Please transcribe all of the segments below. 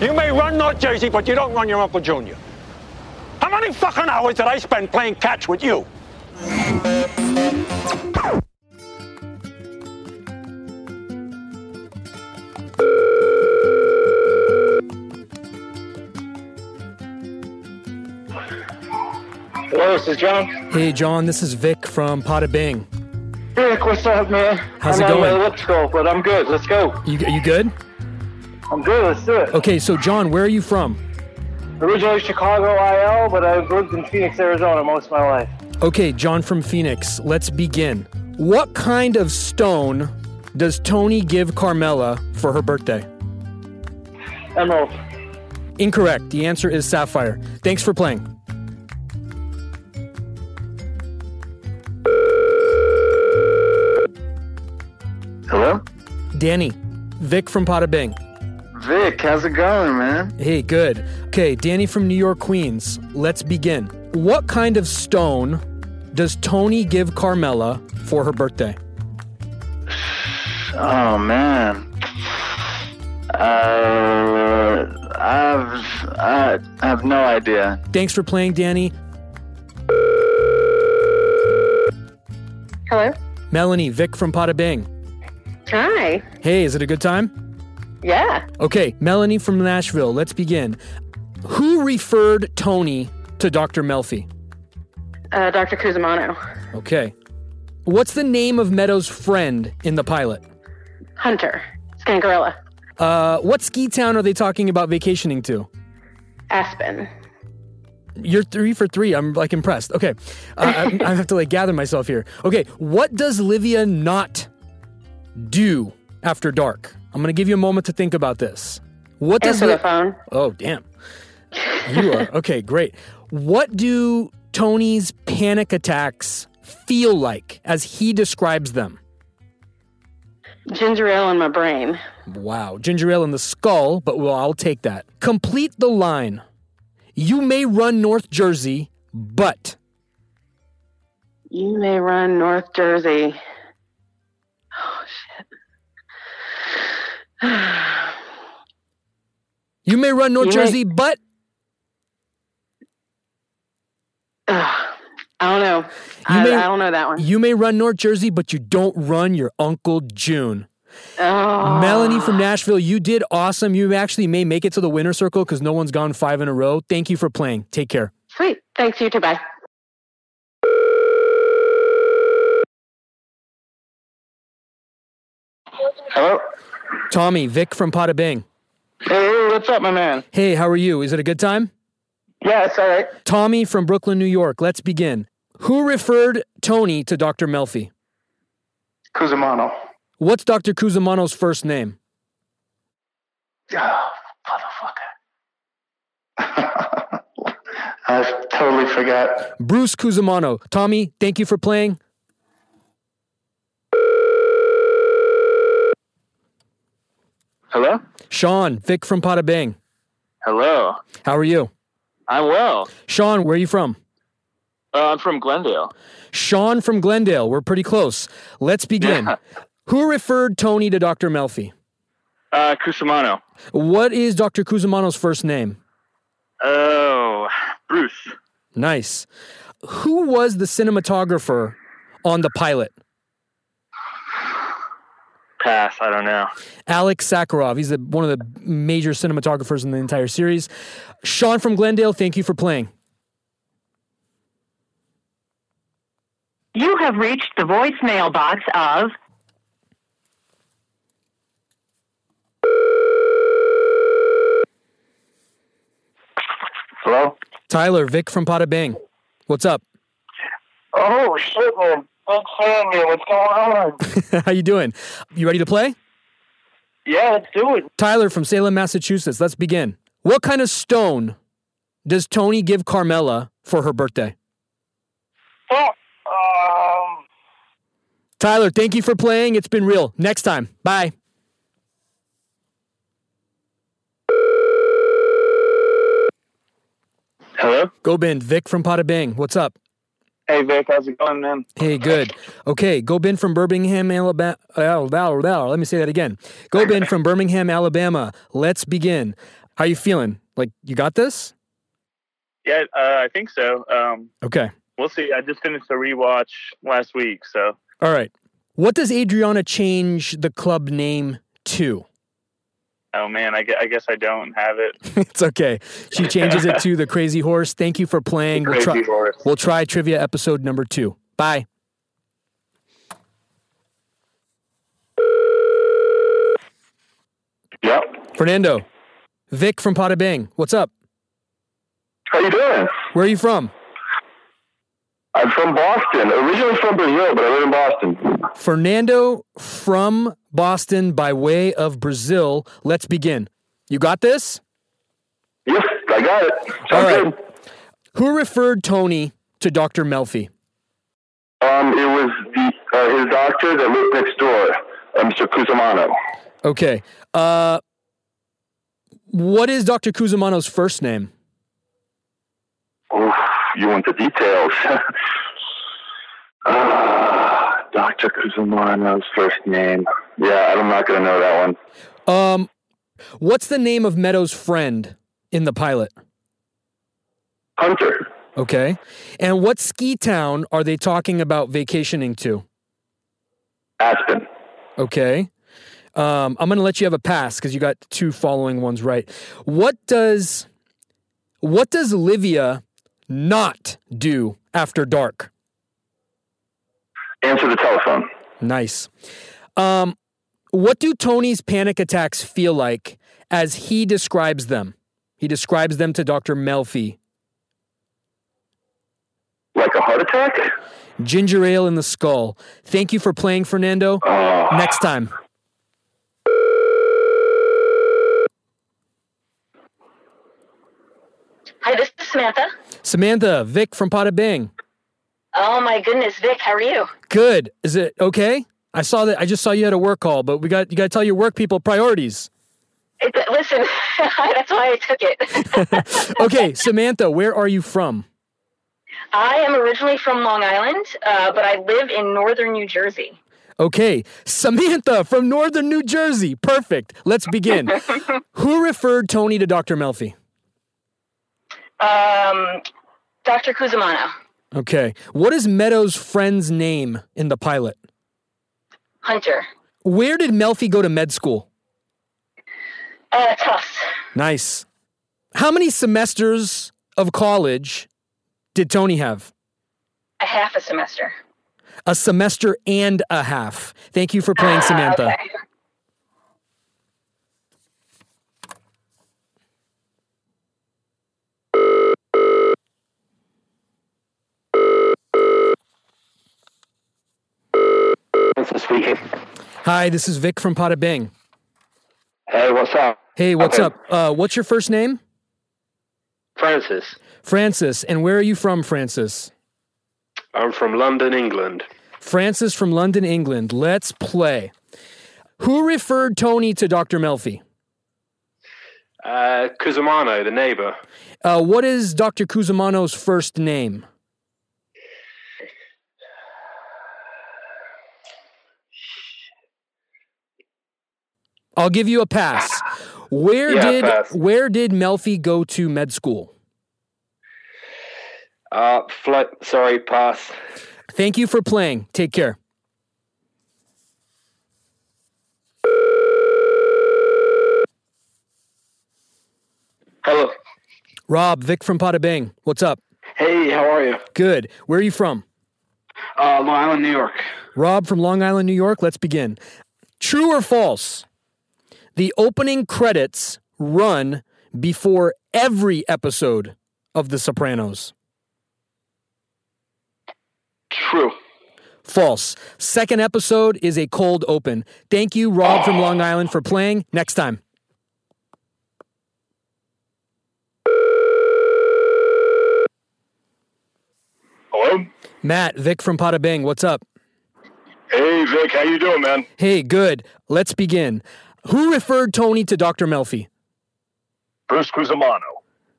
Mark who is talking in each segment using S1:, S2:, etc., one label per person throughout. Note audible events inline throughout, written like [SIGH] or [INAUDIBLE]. S1: You may run North Jersey, but you don't run your Uncle Junior. How many fucking hours did I spend playing catch with you?
S2: Hello, this is John.
S3: Hey, John, this is Vic from Pada Bing.
S2: Rick, what's up, man?
S3: How's
S2: I'm
S3: it
S2: on
S3: going?
S2: my lips cold, but I'm good. Let's go.
S3: You, you good?
S2: I'm good. Let's do it.
S3: Okay, so, John, where are you from?
S2: Originally Chicago IL, but I've lived in Phoenix, Arizona most of my life.
S3: Okay, John from Phoenix, let's begin. What kind of stone does Tony give Carmela for her birthday?
S2: Emerald.
S3: Incorrect. The answer is sapphire. Thanks for playing.
S4: Hello?
S3: Danny, Vic from Pada Bing.
S4: Vic, how's it going, man?
S3: Hey, good. Okay, Danny from New York, Queens. Let's begin. What kind of stone does Tony give Carmela for her birthday?
S4: Oh, man. Uh, I've, I I have no idea.
S3: Thanks for playing, Danny.
S5: Hello.
S3: Melanie, Vic from Pada Bing.
S5: Hi.
S3: Hey, is it a good time?
S5: Yeah.
S3: Okay, Melanie from Nashville. Let's begin. Who referred Tony to Dr. Melfi?
S5: Uh, Dr. Cusimano.
S3: Okay. What's the name of Meadows' friend in the pilot?
S5: Hunter. Scangarella.
S3: Uh, what ski town are they talking about vacationing to?
S5: Aspen.
S3: You're three for three. I'm like impressed. Okay, uh, I, I have to like gather myself here. Okay, what does Livia not do after dark? I'm gonna give you a moment to think about this. What does
S5: Answer the
S3: Li-
S5: phone.
S3: Oh damn, you are okay. Great. What do Tony's panic attacks feel like as he describes them?
S5: Ginger ale in my brain.
S3: Wow, ginger ale in the skull, but well, I'll take that. Complete the line. You may run North Jersey, but.
S5: You may run North Jersey. Oh shit.
S3: You may run North
S5: You may-
S3: Jersey, but
S5: Ugh. I don't know. I,
S3: may-
S5: I don't know that one.
S3: you may run North Jersey, but you don't run your Uncle June.
S5: oh.
S3: Melanie from Nashville, you did awesome. You actually may make it to the winner circle because no one's gone five in a row. Thank you for playing. Take care.
S5: Sweet. Thanks. You too. Bye.
S4: Hello?
S3: Tommy, Vic from Pada Bing.
S2: Hey, what's up, my man?
S3: Hey, how are you? Is it a good time?
S2: Yeah, it's all right.
S3: Tommy from Brooklyn, New York. Let's begin. Who referred Tony to Dr. Melfi?
S2: Cusimano.
S3: What's Dr. Cusimano's first name?
S4: Oh, motherfucker. [LAUGHS] I totally forgot.
S3: Bruce Cusimano. Tommy, thank you for playing.
S4: Hello?
S3: Sean, Vic from Pada Bing.
S6: Hello.
S3: How are you?
S6: I'm well.
S3: Sean, where are you from?
S6: Uh, I'm from Glendale.
S3: Sean from Glendale. We're pretty close. Let's begin.
S6: [LAUGHS]
S3: Who referred Tony to Dr. Melfi?
S6: Uh, Cusimano.
S3: What is Dr. Cusimano's first name?
S6: Oh, Bruce.
S3: Nice. Who was the cinematographer on the pilot?
S6: Pass. I don't know.
S3: Alex Sakharov. He's the, one of the major cinematographers in the entire series. Sean from Glendale, thank you for playing.
S7: You have reached the voicemail box of
S4: Hello?
S3: Tyler, Vic from Pada Bing. What's up? [LAUGHS]
S2: Oh, shit, man. Big fan, man. What's going on?
S3: How you doing? You ready to play?
S2: yeah, let's do it.
S3: Tyler from Salem, Massachusetts. Let's begin. What kind of stone does Tony give Carmela for her birthday?
S2: Oh, um,
S3: Tyler, thank you for playing. It's been real. Next time. Bye.
S4: Hello?
S3: Gobind, Vic from Pada Bing. What's up?
S2: hey, Vic, how's it going, man?
S3: Hey, good. Okay, Gobind from Birmingham, Alabama. Let me say that again. Gobind from Birmingham, Alabama. Let's begin. How you feeling? Like you got this?
S2: Yeah, uh, I think so. Um,
S3: Okay.
S2: we'll see. I just finished a rewatch last week, so
S3: All right. What does Adriana change the club name to? [LAUGHS]
S2: oh man, I, gue- I guess I don't have it.
S3: it's okay. She changes it to the Crazy Horse. Thank you for playing. We'll try,
S2: Crazy horse.
S3: we'll try trivia episode number two. Bye.
S8: Yep.
S3: Fernando, Vic from Pada Bang. What's up?
S8: How you doing?
S3: Where are you from?
S8: I'm from Boston. Originally from Brazil, but I live in Boston.
S3: Fernando from Boston by way of Brazil. Let's begin. You got this?
S8: Yep, I got it. Sounds
S3: All right.
S8: good.
S3: Who referred Tony to Dr. Melfi?
S8: Um, it was the, uh, his doctor that lived next door, uh, Mr. Cusimano.
S3: Okay. Uh, what is Dr. Cusimano's first name?
S8: Oof, you want the details. [LAUGHS] uh, Dr. Cusimano's first name. Yeah, I'm not going to know that one.
S3: Um, what's the name of Meadows' friend in the pilot?
S8: Hunter.
S3: Okay. And what ski town are they talking about vacationing to?
S8: Aspen.
S3: Okay. Um, I'm going to let you have a pass because you got two following ones right. What does what does Livia not do after dark?
S8: Answer the telephone.
S3: Nice. Um, what do Tony's panic attacks feel like as he describes them? He describes them to Dr. Melfi.
S8: Like a heart attack?
S3: Ginger ale in the skull. Thank you for playing, Fernando.
S8: Oh,
S3: Next time.
S9: Hi, this is Samantha.
S3: Samantha, Vic from Pada Bing.
S9: Oh my goodness, Vic, how are you?
S3: Good. Is it okay? I saw that I just saw you had a work call, but we got you gotta tell your work people priorities.
S9: It, listen, [LAUGHS] that's why I took it.
S3: Okay, Samantha, where are you from?
S9: I am originally from Long Island, uh, but I live in northern New Jersey.
S3: Okay, Samantha from northern New Jersey. Perfect. Let's begin. Who referred Tony to Dr. Melfi?
S9: Um, Dr. Cusimano,
S3: Okay. What is Meadows' friend's name in the pilot?
S9: Hunter,
S3: Where did Melfi go to med school?
S9: uh, Tufts,
S3: Nice. How many semesters of college did Tony have?
S9: a half a semester.
S3: A semester and a half. Thank you for playing, Samantha.
S9: [LAUGHS] Okay.
S8: this is speaking.
S3: Hi, this is Vic from Pada Bing.
S8: Hey, what's up?
S3: Hey, what's
S8: Okay.
S3: up? Uh, what's your first name?
S10: Francis.
S3: Francis. And where are you from, Francis?
S10: I'm from London, England.
S3: Francis from London, England. Let's play. Who referred Tony to Dr. Melfi?
S10: Uh, Cusimano, the neighbour.
S3: Uh, what is Dr. Cusimano's first name? I'll give you a pass. Where
S10: Yeah,
S3: did
S10: pass.
S3: where did Melfi go to med school?
S10: Uh, flo- sorry, pass.
S3: Thank you for playing. Take care.
S10: Hello.
S3: Rob, Vic from Pada Bing. What's up?
S10: Hey, how are you?
S3: Good. Where are you from?
S10: Uh, Long Island, New York.
S3: Rob from Long Island, New York. Let's begin. True or false? The opening credits run before every episode of The Sopranos.
S10: True.
S3: False. Second episode is a cold open. Thank you, Rob from Long Island, for playing. Next time.
S10: Hello.
S3: Matt, Vic from Pada Bing. What's up?
S10: Hey, Vic, how you doing, man?
S3: Hey, good. Let's begin. Who referred Tony to Dr. Melfi?
S10: Bruce Cusimano.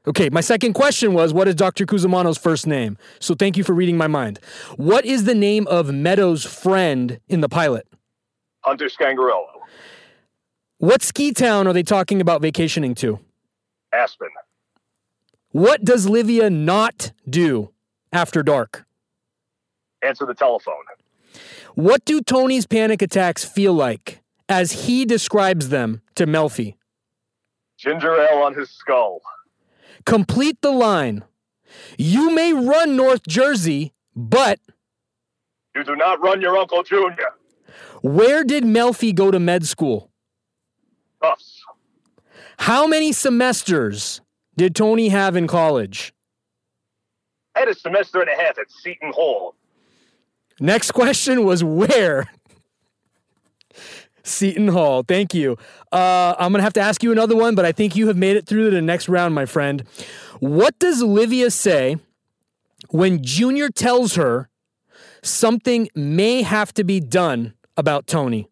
S3: Okay, my second question was what is Dr. Cusimano's first name? So thank you for reading my mind. What is the name of Meadows' friend in the pilot?
S10: Hunter Scangarello.
S3: What ski town are they talking about vacationing to?
S11: Aspen.
S3: What does Livia not do after dark?
S11: Answer the telephone.
S3: What do Tony's panic attacks feel like as he describes them to Melfi?
S11: Ginger ale on his skull.
S3: Complete the line. You may run North Jersey, but
S11: You do not run your Uncle Junior.
S3: where did Melfi go to med school?
S11: Puffs.
S3: How many semesters did Tony have in college?
S11: I had a semester and a half at Seton Hall.
S3: Next question was where? Seton Hall, thank you. Uh, I'm going to have to ask you another one, but I think you have made it through to the next round, my friend. What does Livia say when Junior tells her something may have to be done about Tony?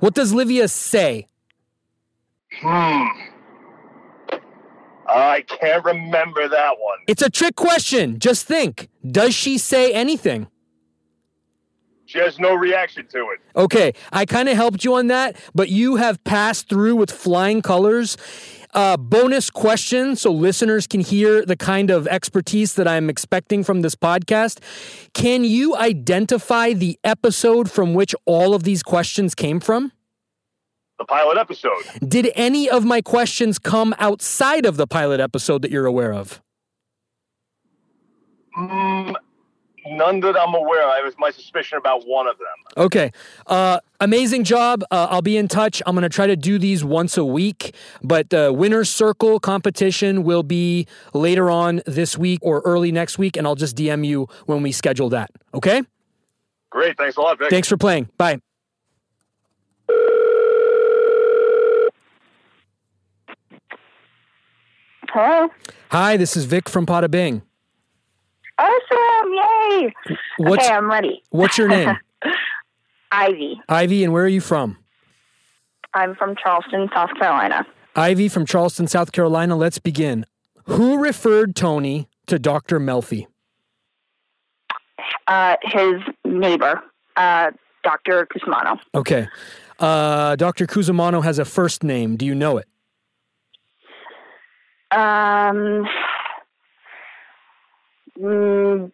S3: What does Livia say?
S11: I can't remember that one.
S3: It's a trick question. Just think. Does she say anything?
S11: She has no reaction to it.
S3: Okay, I kind of helped you on that, but you have passed through with flying colors. Uh, bonus question so listeners can hear the kind of expertise that I'm expecting from this podcast. Can you identify the episode from which all of these questions came from?
S11: The pilot episode.
S3: Did any of my questions come outside of the pilot episode that you're aware of?
S11: None that I'm aware of. I was my suspicion about one of them.
S3: Okay. Uh, amazing job. Uh, I'll be in touch. I'm going to try to do these once a week, but the winner's circle competition will be later on this week or early next week, and I'll just DM you when we schedule that. Okay?
S11: Great. Thanks a lot, Vic.
S3: Thanks for playing. Bye.
S9: Hello.
S3: Hi, this is Vic from Pada Bing.
S9: Awesome! Yay!
S3: What's,
S9: okay, I'm ready.
S3: what's your name?
S9: Ivy.
S3: Ivy, and where are you from?
S9: I'm from Charleston, South Carolina.
S3: Ivy from Charleston, South Carolina. Let's begin. Who referred Tony to Dr. Melfi?
S9: Uh, his neighbor, uh, Dr. Cusmano.
S3: Okay. Uh, Dr. Cusimano has a first name. Do you know it?
S9: Um, mm,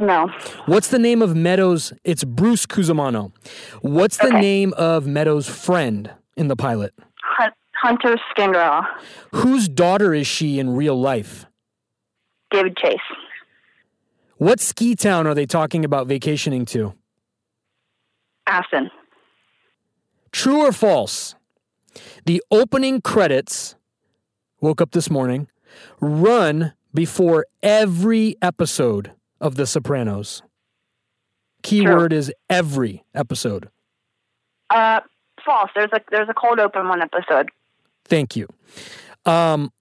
S9: no.
S3: What's the name of Meadows? It's Bruce Cusimano. What's the name of Meadows' friend in the pilot?
S9: Hun- Hunter Skindraw.
S3: Whose daughter is she in real life?
S9: David Chase.
S3: What ski town are they talking about vacationing to?
S9: Aston.
S3: True or false? The opening credits, woke up this morning, run before every episode of The Sopranos. Keyword is every episode.
S9: Uh, false. There's a there's a cold open one episode.
S3: Thank you. Um,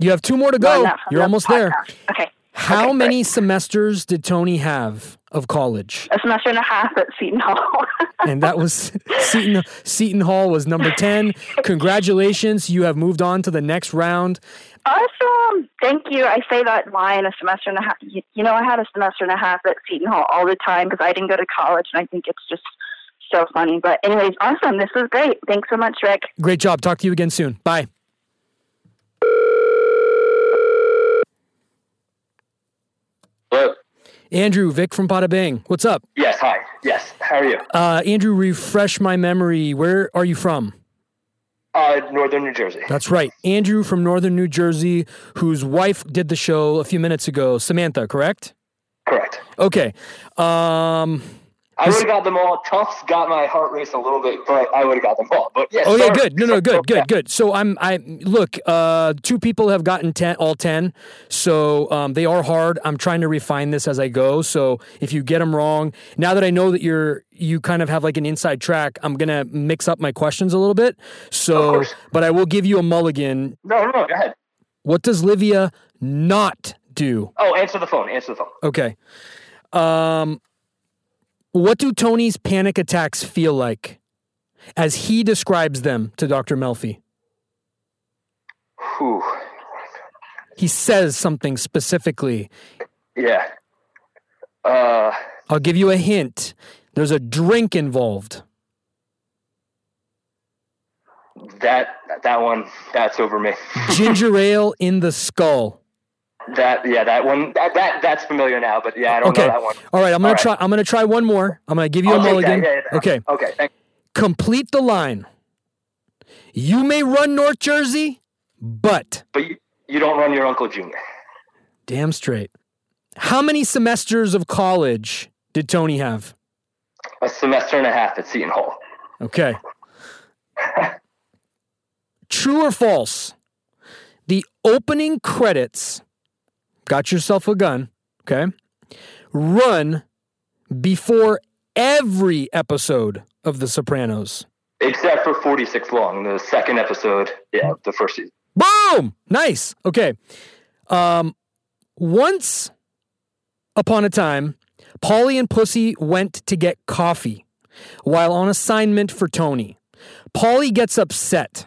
S3: you have two more to
S9: Run
S3: go.
S9: that from
S3: You're
S9: the
S3: almost there.
S9: podcast. Okay.
S3: How
S9: Okay,
S3: many semesters did Tony have of college?
S9: A semester and a half at Seton Hall. [LAUGHS]
S3: And that was [LAUGHS] Seton Seton Hall was number 10. Congratulations, you have moved on to the next round.
S9: Awesome. Thank you. I say that line a semester and a half. You, you know, I had a semester and a half at Seton Hall all the time because I didn't go to college, and I think it's just so funny. But, anyways, awesome. This was great. Thanks so much, Rick.
S3: Great job. Talk to you again soon. Bye.
S12: Hello.
S3: Andrew Vic from Pada Bang. What's up?
S12: Uh, Yes. Hi. Yes. How are you?
S3: Uh, Andrew, refresh my memory. Where are you from?
S12: Uh, Northern New Jersey.
S3: That's right. Andrew from Northern New Jersey, whose wife did the show a few minutes ago, Samantha, correct?
S12: Correct.
S3: Okay. Um,
S12: I would have got them all. Tufts got my heart race a little bit, but I would have got them all. But yes.
S3: okay,
S12: sorry.
S3: Oh, good. No, no, good,
S12: Yeah.
S3: good, good. So I'm, I look. Uh, two people have gotten ten, all ten. So um, they are hard. I'm trying to refine this as I go. So if you get them wrong, now that I know that you're, you kind of have like an inside track. I'm gonna mix up my questions a little bit. So,
S12: course.
S3: but I will give you a mulligan.
S12: No, no, no. Go ahead.
S3: What does Livia not do?
S12: Oh, answer the phone. Answer the phone.
S3: Okay. Um, what do Tony's panic attacks feel like, as he describes them to Doctor Melfi?
S12: Whew.
S3: he says something specifically.
S12: Yeah. Uh,
S3: I'll give you a hint. There's a drink involved.
S8: that that one that's over me. [LAUGHS]
S3: Ginger ale in the skull.
S8: That yeah, that one that, that that's familiar now. But yeah, I don't
S3: okay.
S8: know that one.
S3: All right, I'm gonna
S8: All right.
S3: try. I'm gonna try one more. I'm gonna give you
S8: I'll
S3: a
S8: take that,
S3: mulligan.
S8: yeah, yeah.
S3: Okay.
S8: Okay. Thank
S3: Complete the line. You may run North Jersey, but
S8: But you, you don't run your Uncle Junior.
S3: damn straight. How many semesters of college did Tony have?
S8: A semester and a half at Seton Hall.
S3: Okay. True or false? The opening credits, got yourself a gun, okay, run before every episode of The Sopranos.
S8: Except for 46 long, the second episode, yeah, the first season.
S3: Boom! Nice. Okay. Um, once upon a time, Polly and Pussy went to get coffee while on assignment for Tony. Polly gets upset.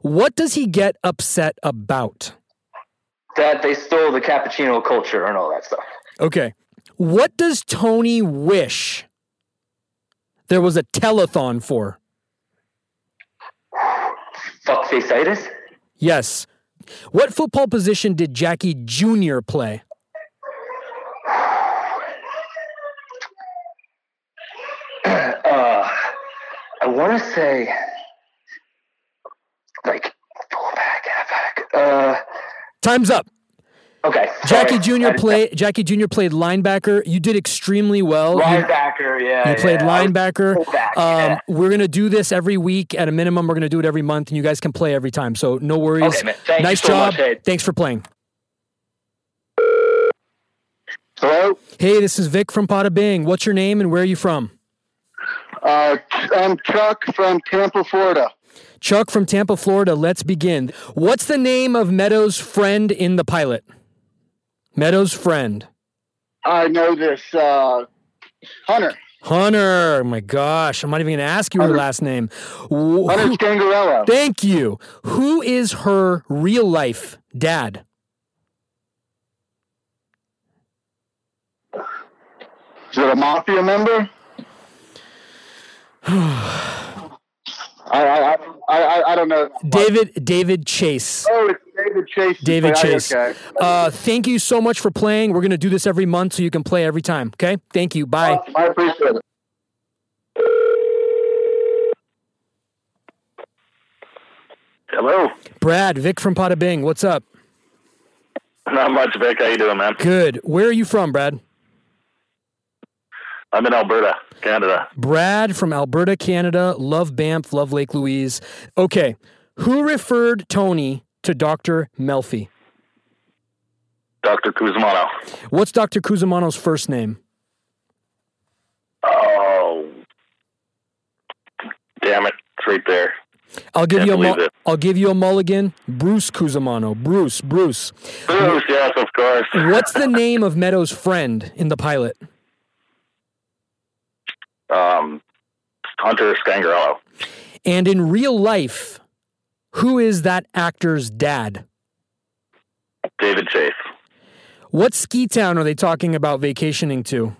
S3: What does he get upset about?
S8: That they stole the cappuccino culture and all that stuff.
S3: Okay. What does Tony wish there was a telethon for?
S8: Fuckfaceitis?
S3: Yes. What football position did Jackie Jr. play?
S8: Uh, I want to say, like, fullback, halfback.
S3: Time's up.
S8: Uh, okay.
S3: Jackie
S8: sorry.
S3: Jr.
S8: I-
S3: played Jackie Jr. played linebacker. You did extremely well. You-
S8: Linebacker, yeah.
S3: You played
S8: yeah. I was
S3: linebacker.
S8: fullback,
S3: Um,
S8: yeah.
S3: we're gonna do this every week at a minimum. We're gonna do it every month, and you guys can play every time. So no worries.
S8: Okay, man. Thank you
S3: nice
S8: so
S3: job.
S8: much, Ed.
S3: Thanks for playing.
S13: Hello?
S3: Hey, this is Vic from Pada Bing. What's your name and where are you from?
S13: Uh, I'm Chuck from Tampa, Florida.
S3: Chuck from Tampa, Florida. Let's begin. What's the name of Meadows' friend in the pilot? Meadows' friend.
S14: I know this. Uh, Hunter.
S3: Hunter. oh My gosh. I'm not even gonna ask you her last name. Wh-
S14: Hunter
S3: who-
S14: Scangarello.
S3: Thank you. Who is her real life dad?
S14: Is it a mafia member? [SIGHS] I, I, I, I, I don't know.
S3: David David Chase.
S14: Oh, it's David Chase.
S3: David
S14: Right,
S3: Chase.
S14: Okay.
S3: Uh, thank you so much for playing. We're going to do this every month so you can play every time. Okay. Thank you. Bye.
S14: I appreciate it.
S2: Hello.
S3: Brad, Vic from Pada Bing. What's up?
S2: Not much, Vic. How you doing, man?
S3: Good. Where are you from, Brad?
S2: I'm in Alberta, Canada.
S3: Brad from Alberta, Canada. Love Banff. Love Lake Louise. Okay. Who referred Tony to Dr. Melfi?
S2: Dr. Kuzmano.
S3: What's Dr. Cusimano's first name?
S2: Oh, damn it! It's right there.
S3: I'll give
S2: Can't
S3: you a
S2: believe
S3: mul-
S2: it.
S3: I'll give you a mulligan. Bruce Cusimano. Bruce. Bruce.
S2: Bruce, yes, of course.
S3: What's the name of Meadows' friend in the pilot?
S2: Um, Hunter Scangarello.
S3: And in real life, who is that actor's dad?
S2: David Chase.
S3: What ski town are they talking about vacationing to?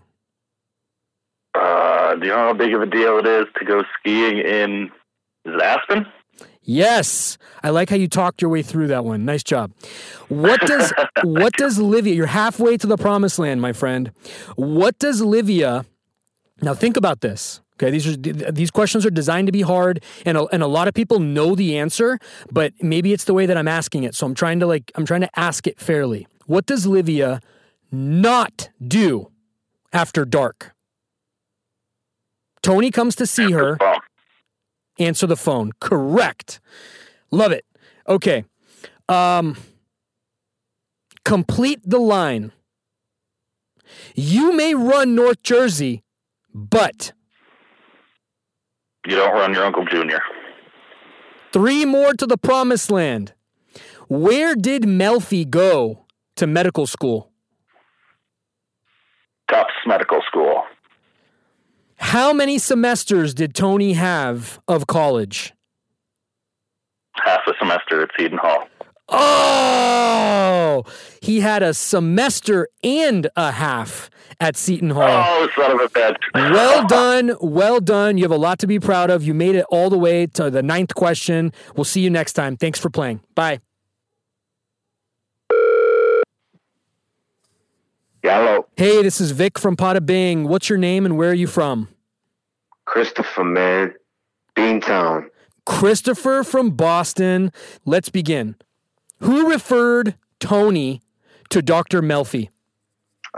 S2: Uh, do you know how big of a deal it is to go skiing in is it Aspen?
S3: Yes, I like how you talked your way through that one. Nice job. What does what does Livia? You're halfway to the promised land, my friend. What does Livia? Now think about this. Okay, these are these questions are designed to be hard, and a, and a lot of people know the answer, but maybe it's the way that I'm asking it. So I'm trying to like I'm trying to ask it fairly. What does Livia not do after dark? Tony comes to see her. Answer the phone. Correct. Love it. Okay. Um complete the line. You may run North Jersey, but
S2: You don't run your Uncle Junior.
S3: three more to the promised land. Where did Melfi go to medical school?
S2: Tufts Medical School.
S3: How many semesters did Tony have of college?
S2: Half a semester at Seton Hall.
S3: Oh, he had a semester and a half at Seton Hall.
S15: Oh, son of a bitch.
S3: Well done. Well done. You have a lot to be proud of. You made it all the way to the ninth question. We'll see you next time. Thanks for playing. Bye.
S8: Hello,
S3: Hey, this is Vic from Pada Bing. What's your name and where are you from?
S8: Christopher, man. Beantown.
S3: Christopher from Boston. Let's begin. Who referred Tony to Dr. Melfi?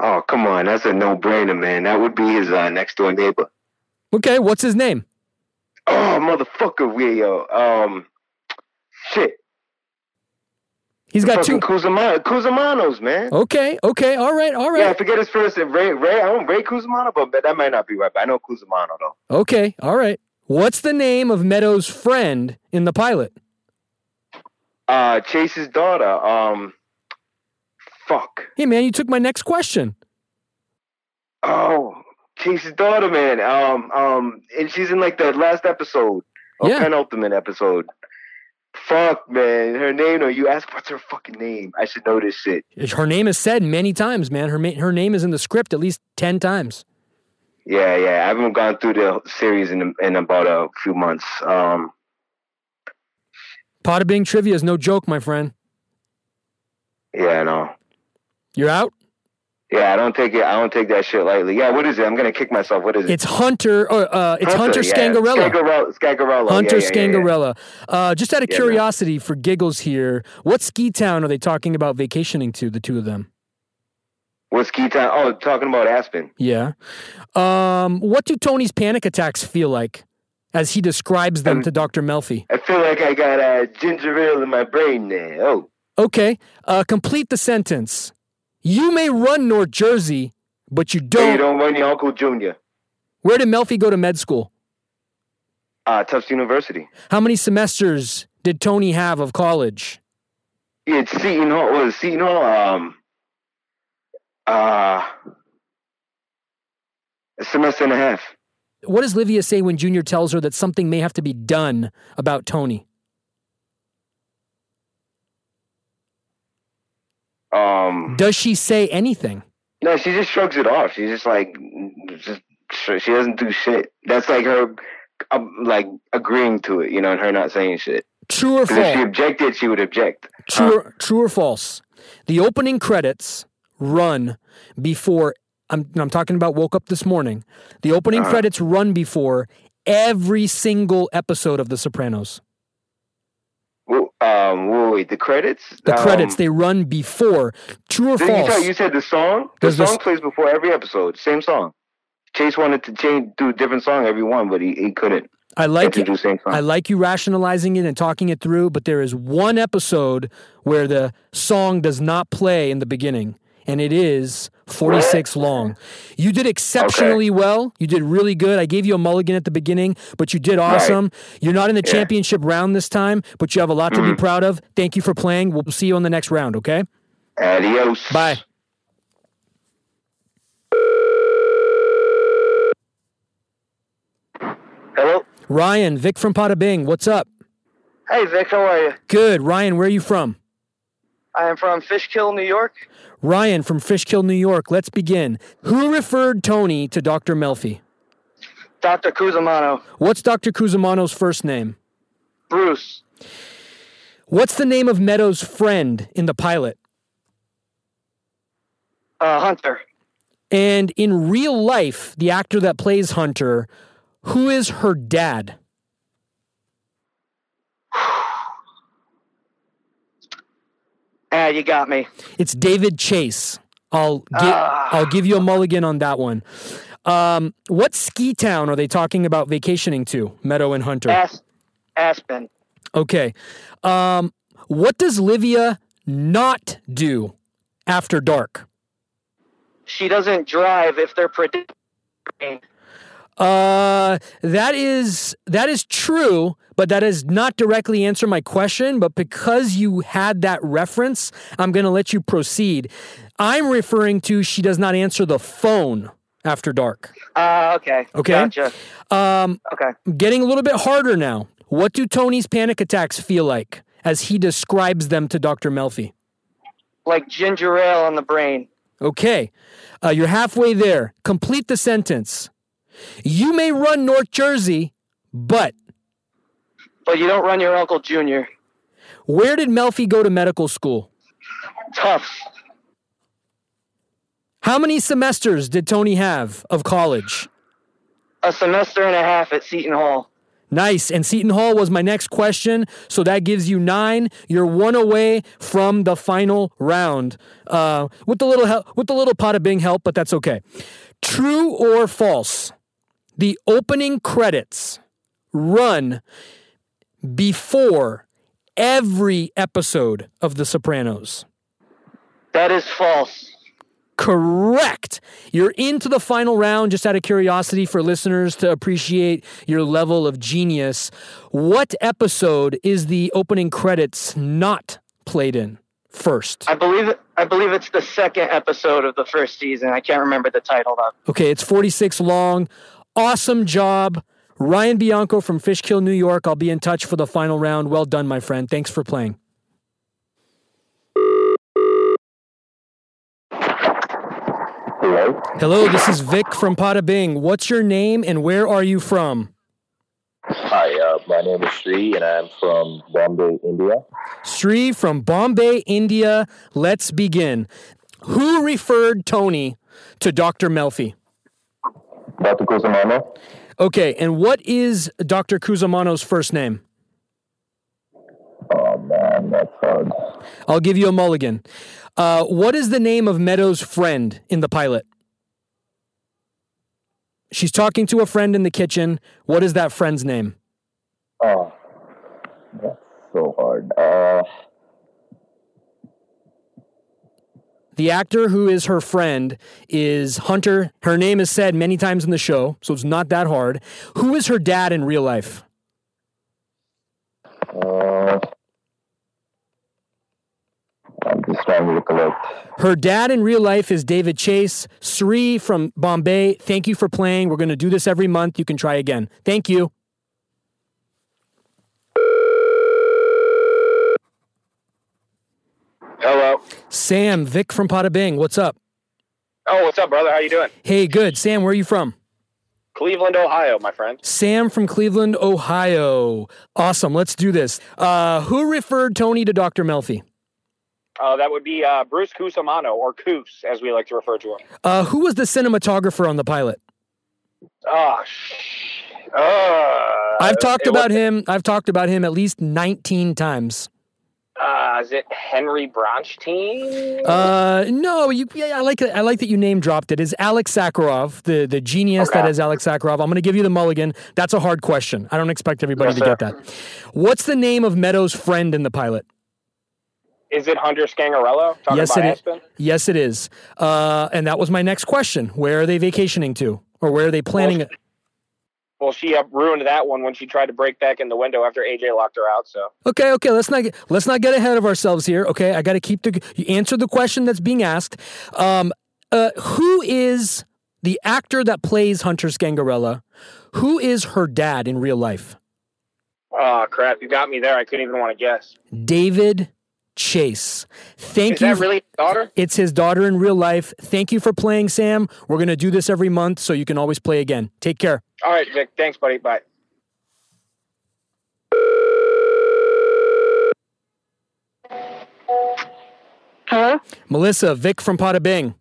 S8: Oh, come on. That's a no brainer, man. That would be his uh, next door neighbor.
S3: Okay, what's his name?
S8: Oh, motherfucker, we, yo. Um, shit.
S3: He's got Oh,
S8: two. Cusimano, Cusimano's, man.
S3: Okay, okay, all right, all right.
S8: Yeah, I forget his first name. Ray, Ray, I don't Ray Cusimano, but but that might not be right. But I know Cusimano, though.
S3: Okay, all right. What's the name of Meadows' friend in the pilot?
S8: Uh, Chase's daughter. Um, fuck.
S3: Hey, man, you took my next question.
S8: Oh, Chase's daughter, man. Um, um, and she's in like the last episode or penultimate episode. Fuck, man. Her name, or you ask what's her fucking name? I should know this shit.
S3: Her name is said many times, man. Her, ma- her name is in the script at least 10 times.
S8: Yeah, yeah. I haven't gone through the series in in about a few months. Um,
S3: Potter Bing trivia is no joke, my friend.
S8: yeah, no.
S3: You're out?
S8: Yeah, I don't take it. I don't take that shit lightly. Yeah, what is it? I'm gonna kick myself. What is it?
S3: It's Hunter, or, uh, it's Hunter,
S8: yeah.
S3: Scangarella.
S8: Scangarello. Scangarello.
S3: Hunter
S8: yeah, yeah, yeah, yeah.
S3: Scangarella. Uh, just out of
S8: Yeah, man.
S3: curiosity for giggles here, what ski town are they talking about vacationing to, the two of them?
S8: What's Key Town? Oh, talking about Aspen.
S3: Yeah. Um, what do Tony's panic attacks feel like as he describes them to Dr. Melfi?
S8: I feel like I got uh, ginger ale in my brain now. Oh,
S3: Okay. Uh, complete the sentence. You may run North Jersey, but you
S8: hey, you
S3: don't.
S8: don't run your Uncle Junior.
S3: Where did Melfi go to med school?
S8: Uh, Tufts University.
S3: How many semesters did Tony have of college?
S8: Yeah, it's Seton Hall. Was it Seton Hall? Um, uh, a semester and a half.
S3: What does Livia say when Junior tells her that something may have to be done about Tony?
S8: Um,
S3: Does she say anything?
S8: no, she just shrugs it off. She's just like, just she doesn't do shit. That's like her, um, like agreeing to it, you know, and her not saying shit.
S3: True or
S8: 'Cause If she
S3: false?
S8: objected, she uh, would object.
S3: True, or- true or false? The opening credits run before. I'm, I'm talking about woke up this morning. The opening
S8: Uh-huh.
S3: credits run before every single episode of The Sopranos.
S8: Well, um, whoa, wait, the credits.
S3: The
S8: Um,
S3: credits they run before. True or
S8: Didn't you, tell,
S3: false?
S8: you said the song. The
S3: Does
S8: song
S3: this-
S8: plays before every episode. Same song. Chase wanted to change, do a different song every one, but he, he couldn't.
S3: I like
S8: you.
S3: you.
S8: Do same song.
S3: I like you rationalizing it and talking it through, but there is one episode where the song does not play in the beginning, and it is 46 long. You did exceptionally well. You did really good. I gave you a mulligan at the beginning, but you did
S8: Right.
S3: awesome. You're not in the
S8: Yeah.
S3: championship round this time, but you have a lot to be
S8: Mhm.
S3: proud of. Thank you for playing. We'll see you on the next round, okay?
S8: Adios.
S3: Bye.
S16: Hello.
S3: Ryan, Vic from Pada Bing, what's up?
S16: Hey Vic, how are you?
S3: Good. Ryan, where are you from?
S16: I am from Fishkill, New York.
S3: Ryan from Fishkill, New York. Let's begin. Who referred Tony to Dr. Melfi?
S16: Dr. Cusimano,
S3: What's Dr. Cusimano's first name?
S16: Bruce,
S3: What's the name of Meadows' friend in the pilot?
S16: uh, Hunter,
S3: And in real life, the actor that plays Hunter, who is her dad?
S16: ah, you got me.
S3: It's David Chase. I'll gi- I'll give you a mulligan on that one. Um, what ski town are they talking about vacationing to? Meadow and Hunter.
S5: Eh.
S16: As- Aspen,
S3: Okay. Um, what does Livia not do after dark?
S16: she doesn't drive if they're predicting.
S3: Uh, that is that is true, but that does not directly answer my question. But because you had that reference, I'm going to let you proceed. I'm referring to she does not answer the phone after dark.
S16: Ah, okay.
S3: Okay.
S16: Gotcha.
S3: Um,
S16: okay.
S3: Getting a little bit harder now. What do Tony's panic attacks feel like as he describes them to Dr. Melfi.
S16: Like ginger ale on the brain.
S3: Okay. Uh, you're halfway there. Complete the sentence. You may run North Jersey, but.
S16: But you don't run your Uncle Junior.
S3: Where did Melfi go to medical school?
S16: Tough.
S3: How many semesters did Tony have of college?
S16: A semester and a half at Seton Hall.
S3: Nice. And Seton Hall was my next question. So that gives you nine. You're one away from the final round. Uh, with the little help, with the little pot of Bing help, but that's okay. True or false? The opening credits run before every episode of The Sopranos.
S16: That is false.
S3: Correct. You're into the final round just out of curiosity for listeners to appreciate your level of genius. What episode is the opening credits not played in first?
S16: I believe I believe it's the second episode of the first season. I can't remember the title though.
S3: Okay, it's 46 long. Awesome job. Ryan Bianco from Fishkill, New York. I'll be in touch for the final round. Well done, my friend. Thanks for playing.
S4: Hello?
S3: Hello, this is Vic from Pada Bing. What's your name and where are you from?
S17: Hi, uh, my name is Sri, and I'm from Bombay, India.
S3: Sri from Bombay, India. Let's begin. Who referred Tony to Dr. Melfi?
S17: Dr. Kusamano.
S3: Okay, and what is Dr. Kuzamano's first name?
S17: Oh, man, that's hard.
S3: I'll give you a mulligan. Uh, what is the name of Meadows' friend in the pilot? She's talking to a friend in the kitchen. What is that friend's name?
S17: Oh, that's so hard. Uh,
S3: The actor who is her friend is Hunter. Her name is said many times in the show, so it's not that hard. Who is her dad in real life?
S17: uh, I'm just trying to recollect.
S3: Her dad in real life is David Chase. Sri from Bombay, thank you for playing. We're going to do this every month. You can try again. Thank you.
S10: Hello.
S3: Sam, Vic from Pada Bing, what's up?
S10: Oh, what's up, brother? How you doing?
S3: Hey, good. Sam, where are you from?
S10: Cleveland, Ohio, my friend.
S3: Sam from Cleveland, Ohio. Awesome. Let's do this. Uh, who referred Tony to Dr. Melfi?
S10: Uh, that would be uh, Bruce Cusimano, or Coos, as we like to refer to him.
S3: Uh, who was the cinematographer on the pilot?
S11: Ah,
S10: Oh, sh- uh,
S3: I've talked
S10: it
S3: about
S10: was-
S3: him. I've talked about him at least 19 times.
S10: Uh, is it Henry Bronstein?
S3: Uh, no, you. Yeah, I like. I like that you name dropped it. Is Alex Sakharov the the genius that is Alex Sakharov? I'm going to give you the mulligan. That's a hard question. I don't expect everybody
S10: Yes,
S3: to get
S10: sir.
S3: that. What's the name of Meadows' friend in the pilot?
S10: Is it Hunter Scangarello? Talking
S3: yes,
S10: about
S3: it is.
S10: Aspen?
S3: Yes, it is. Uh, and that was my next question. Where are they vacationing to, or where are they planning it?
S10: Well, she uh, ruined that one when she tried to break back in the window after AJ locked her out. So
S3: Okay, okay, let's not get, let's not get ahead of ourselves here. Okay, I got to keep the you answer the question that's being asked. Um, uh, who is the actor that plays Hunter Scangarella? Who is her dad in real life?
S10: Oh crap! You got me there. I couldn't even want to guess.
S3: David Chase. Thank
S10: Is
S3: you.
S10: that really his daughter?
S3: It's his daughter in real life. Thank you for playing, Sam. We're gonna do this every month, so you can always play again. Take care.
S10: All right, Vic. Thanks, buddy. Bye.
S3: Hello, Melissa. Vic from Pada Bing.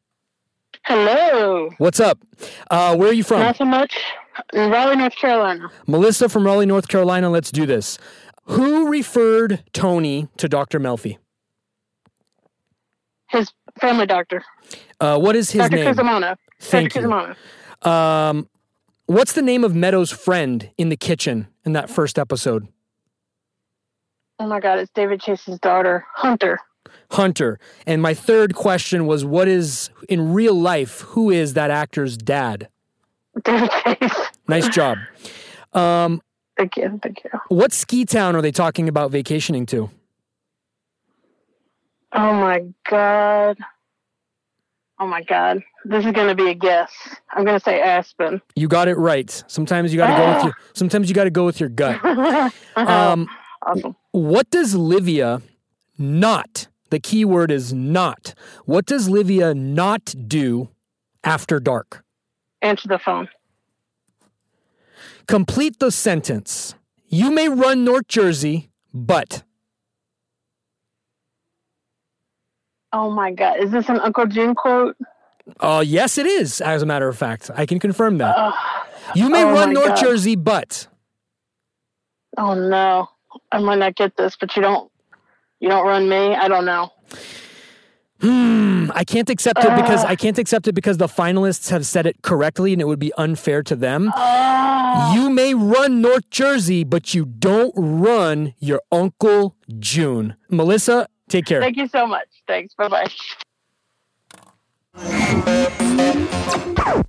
S18: Hello.
S3: What's up? Uh, where are you from?
S18: Not so much. In Raleigh, North Carolina.
S3: Melissa from Raleigh, North Carolina, let's do this. Who referred Tony to Dr. Melfi?
S18: His family doctor.
S3: Uh, what is his
S18: Dr.
S3: name?
S18: Cusimano.
S3: Thank
S18: Dr.
S3: you.
S18: Cusimano.
S3: Um, what's the name of Meadows' friend in the kitchen in that first episode?
S18: Oh my God, it's David Chase's daughter, Hunter. [LAUGHS]
S3: Hunter. And my third question was what is, in real life, who is that actor's dad?
S18: David Chase.
S3: Nice job. Um,
S18: Thank you. Thank you.
S3: What ski town are they talking about vacationing to?
S18: Oh my God. Oh my God. This is going to be a guess. I'm going to say Aspen.
S3: You got
S5: Ah. [LAUGHS] Uh-huh.
S3: it right. Sometimes you got to go with your, sometimes you got to go with your gut. Um, What does Livia not, the key word is not, what does Livia not do after dark?
S5: Answer the phone.
S3: Complete the sentence. You may run North Jersey, but.
S5: Oh my God. Is this an Uncle Jim quote?
S3: Uh, yes, it is, as a matter of fact. I can confirm that. you may
S5: oh
S3: run
S5: my
S3: North
S5: God.
S3: Jersey, but.
S5: Oh no. I might not get this, but you don't you don't run me. I don't know.
S3: Hmm, I can't accept it because I can't accept it because the finalists have said it correctly and it would be unfair to them. You may run North Jersey, but you don't run your Uncle June. Melissa, take care.
S5: Thank you so much. Thanks. Bye bye.